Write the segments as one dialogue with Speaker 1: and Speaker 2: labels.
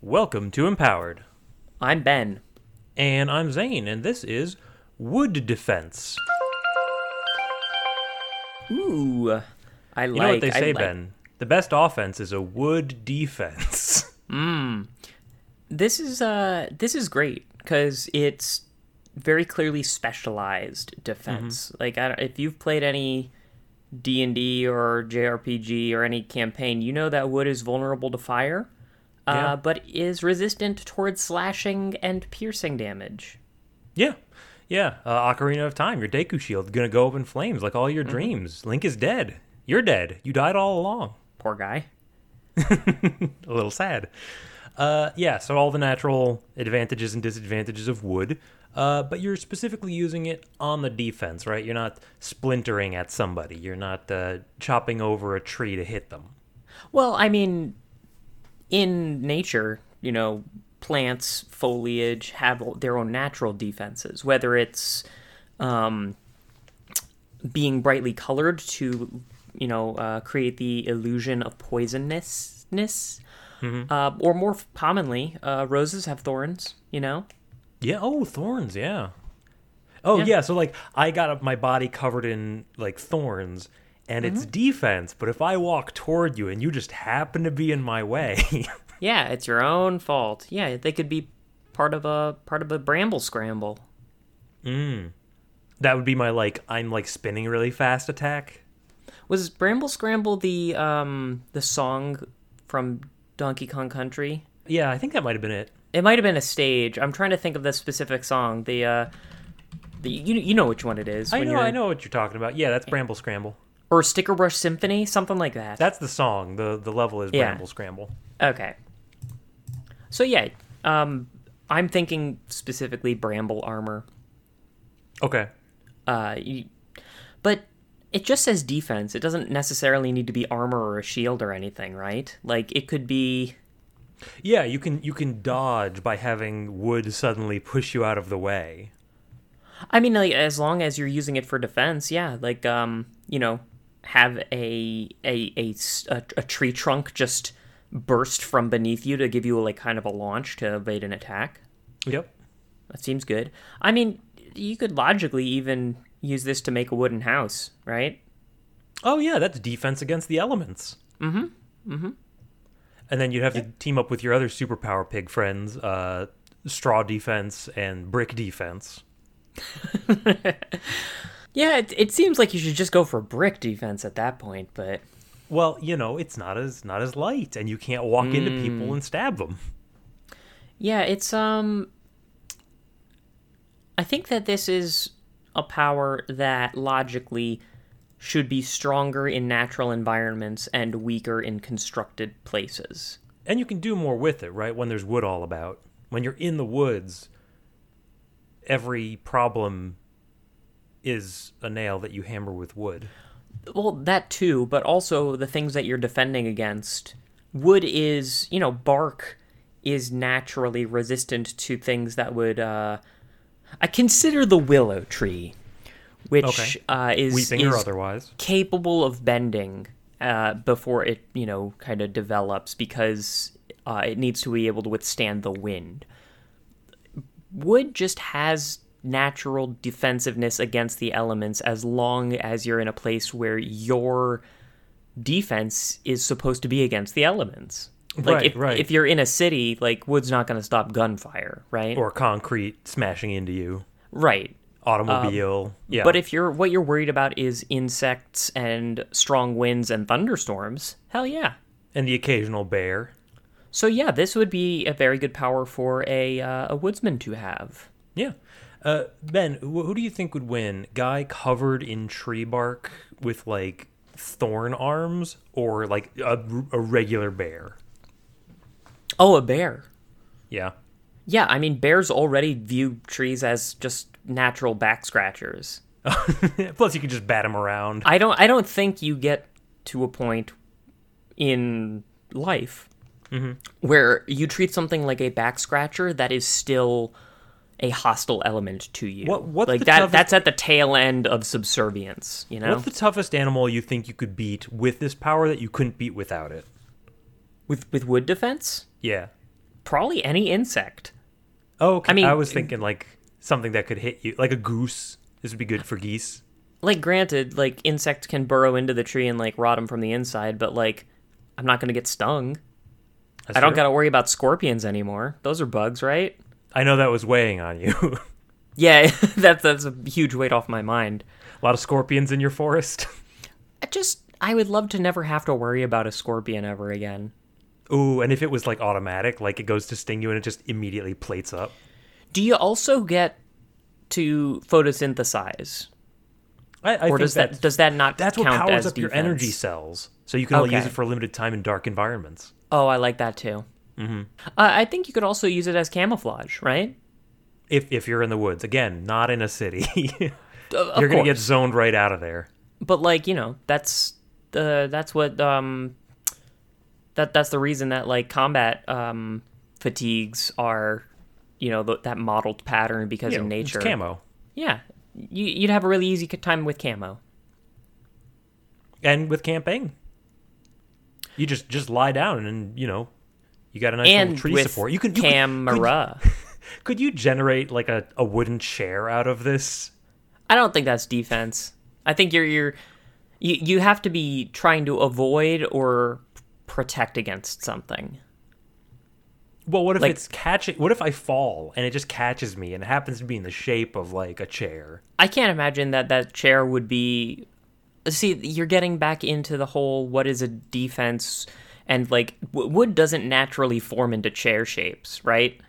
Speaker 1: Welcome to Empowered.
Speaker 2: I'm Ben.
Speaker 1: And I'm Zane, and this is Wood Defense.
Speaker 2: Ooh, I
Speaker 1: You
Speaker 2: like.
Speaker 1: know what they
Speaker 2: I
Speaker 1: say,
Speaker 2: like-
Speaker 1: Ben? The best offense is a wood defense.
Speaker 2: This is uh, this is great because it's very clearly specialized defense.
Speaker 1: Mm-hmm.
Speaker 2: Like, I don't, if you've played any D and D or JRPG or any campaign, you know that wood is vulnerable to fire, uh,
Speaker 1: Yeah.
Speaker 2: but is resistant towards slashing and piercing damage.
Speaker 1: yeah. Yeah. Uh, Ocarina of Time, your Deku Shield, gonna go up in flames like all your
Speaker 2: Mm-hmm.
Speaker 1: dreams. Link is dead. You're dead. You died all along.
Speaker 2: Poor guy.
Speaker 1: a little sad. Uh, yeah, so all the natural advantages and disadvantages of wood, uh, but you're specifically using it on the defense, right? You're not splintering at somebody. You're not uh, chopping over a tree to hit them.
Speaker 2: Well, I mean, in nature, you know, plants, foliage have all- their own natural defenses, whether it's um, being brightly colored to, you know, uh, create the illusion of poisonousness. Uh, or more f- commonly, uh, roses have thorns, you know?
Speaker 1: Yeah. Oh, thorns. Yeah. Oh yeah.
Speaker 2: Yeah.
Speaker 1: so like I got up my body covered in like thorns, and it's defense. But if I walk toward you and you just happen to be in my way,
Speaker 2: Yeah, it's your own fault. Yeah, they could be part of a part of a bramble scramble.
Speaker 1: that would be my like I'm like spinning really fast attack.
Speaker 2: Was Bramble Scramble the um the song from Donkey Kong Country?
Speaker 1: Yeah, I think that might have been it.
Speaker 2: It might have been a stage. I'm trying to think of the specific song. The uh the you you know which one it is.
Speaker 1: I
Speaker 2: when
Speaker 1: know,
Speaker 2: you're-
Speaker 1: I know what you're talking about. Yeah, that's Bramble Scramble.
Speaker 2: Or Sticker Brush Symphony, something like that.
Speaker 1: That's the song. the The level is
Speaker 2: Yeah.
Speaker 1: Bramble Scramble.
Speaker 2: okay. So yeah, um I'm thinking specifically Bramble Armor.
Speaker 1: Okay.
Speaker 2: Uh you, but it just says defense. It doesn't necessarily need to be armor or a shield or anything, right? Like it could be
Speaker 1: Yeah, you can you can dodge by having wood suddenly push you out of the way.
Speaker 2: I mean, like, as long as you're using it for defense, yeah. Like, um, you know, have a a a, s- a- a tree trunk just burst from beneath you to give you like kind of a launch to evade an attack.
Speaker 1: Yep.
Speaker 2: That seems good. I mean, you could logically even use this to make a wooden house, right?
Speaker 1: Oh yeah, that's defense against the elements. Mm-hmm. Mm-hmm. And then you'd have to team up with your other superpower pig friends, uh, straw defense and brick defense.
Speaker 2: Yeah, it, it seems like you should just go for brick defense at that point, but
Speaker 1: Well, you know, it's not as not as light, and you can't walk into people and stab them.
Speaker 2: Yeah, it's um I think that this is a power that logically should be stronger in natural environments and weaker in constructed places.
Speaker 1: And you can do more with it, right? When there's wood all about. When you're in the woods, every problem is a nail that you hammer with wood.
Speaker 2: Well, that too, but also the things that you're defending against. Wood is, you know, bark is naturally resistant to things that would uh I consider the willow tree, which
Speaker 1: Okay.
Speaker 2: uh is
Speaker 1: Weeping or
Speaker 2: is
Speaker 1: otherwise.
Speaker 2: capable of bending uh, before it, you know, kind of develops because uh, it needs to be able to withstand the wind. Wood just has natural defensiveness against the elements as long as you're in a place where your defense is supposed to be against the elements. Like
Speaker 1: Right,
Speaker 2: if,
Speaker 1: right.
Speaker 2: if you're in a city, like wood's not going to stop gunfire, right?
Speaker 1: Or concrete smashing into you.
Speaker 2: right.
Speaker 1: Automobile. yeah.
Speaker 2: But if you're what you're worried about is insects and strong winds and thunderstorms, hell yeah.
Speaker 1: and the occasional bear.
Speaker 2: So yeah, this would be a very good power for a uh, a woodsman to have.
Speaker 1: Yeah. Uh, ben, wh- who do you think would win? Guy covered in tree bark with like thorn arms or like a, a regular bear?
Speaker 2: Oh, a bear.
Speaker 1: Yeah.
Speaker 2: Yeah, I mean bears already view trees as just natural back scratchers.
Speaker 1: Plus, you can just bat him around.
Speaker 2: I don't I don't think you get to a point in life
Speaker 1: Mm-hmm.
Speaker 2: where you treat something like a back scratcher that is still a hostile element to you.
Speaker 1: What- what's
Speaker 2: like
Speaker 1: the
Speaker 2: that
Speaker 1: toughest-
Speaker 2: that's at the tail end of subservience, you know?
Speaker 1: What's the toughest animal you think you could beat with this power that you couldn't beat without it?
Speaker 2: with with wood defense?
Speaker 1: Yeah.
Speaker 2: probably any insect.
Speaker 1: Oh, okay.
Speaker 2: I
Speaker 1: I,
Speaker 2: mean-
Speaker 1: was thinking like something that could hit you, like a goose. This would be good for geese.
Speaker 2: Like, granted, like insects can burrow into the tree and like rot them from the inside, but like, I'm not gonna get stung.
Speaker 1: That's
Speaker 2: I don't
Speaker 1: true.
Speaker 2: gotta worry about scorpions anymore. Those are bugs, right?
Speaker 1: I know that was weighing on you. a
Speaker 2: Yeah, that's that's a huge weight off my mind.
Speaker 1: lot of scorpions in your forest.
Speaker 2: I just I would love to never have to worry about a scorpion ever again.
Speaker 1: Ooh, and if it was like automatic, like it goes to sting you and it just immediately plates up.
Speaker 2: Do you also get to photosynthesize,
Speaker 1: I, I
Speaker 2: or
Speaker 1: think
Speaker 2: does
Speaker 1: that's-
Speaker 2: that does that not
Speaker 1: That's what
Speaker 2: count
Speaker 1: powers
Speaker 2: as
Speaker 1: up your
Speaker 2: defense?
Speaker 1: energy cells, so you can only use
Speaker 2: Okay.
Speaker 1: it for a limited time in dark environments.
Speaker 2: Oh, I like that too. Mm-hmm. Uh, I think you could also use it as camouflage, right?
Speaker 1: If if you're in the woods, again, not in a city, you're
Speaker 2: Uh, of
Speaker 1: gonna get
Speaker 2: course.
Speaker 1: zoned right out of there.
Speaker 2: but like you know, that's the that's what um that that's the reason that like combat um fatigues are you know th- that modeled pattern because
Speaker 1: You
Speaker 2: of
Speaker 1: know,
Speaker 2: nature.
Speaker 1: it's camo,
Speaker 2: Yeah, you, you'd have a really easy c- time with camo.
Speaker 1: and with camping, you just just lie down and you know, you got a nice
Speaker 2: and
Speaker 1: little tree
Speaker 2: with
Speaker 1: support. You can you could-
Speaker 2: camera.
Speaker 1: Could, could you generate like a, a wooden chair out of this?
Speaker 2: I don't think that's defense. I think you're you're you you have to be trying to avoid or protect against something.
Speaker 1: Well, what if
Speaker 2: Like-
Speaker 1: it's catching? What if I fall and it just catches me and it happens to be in the shape of like a chair?
Speaker 2: I can't imagine that that chair would be. See, you're getting back into the whole what is a defense, and like w- wood doesn't naturally form into chair shapes, right?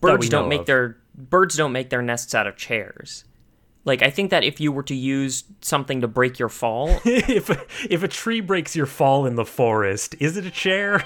Speaker 2: Birds
Speaker 1: we
Speaker 2: don't
Speaker 1: know
Speaker 2: make
Speaker 1: of.
Speaker 2: their birds don't make their nests out of chairs. Like I think that if you were to use something to break your fall,
Speaker 1: if if a tree breaks your fall in the forest, is it a chair?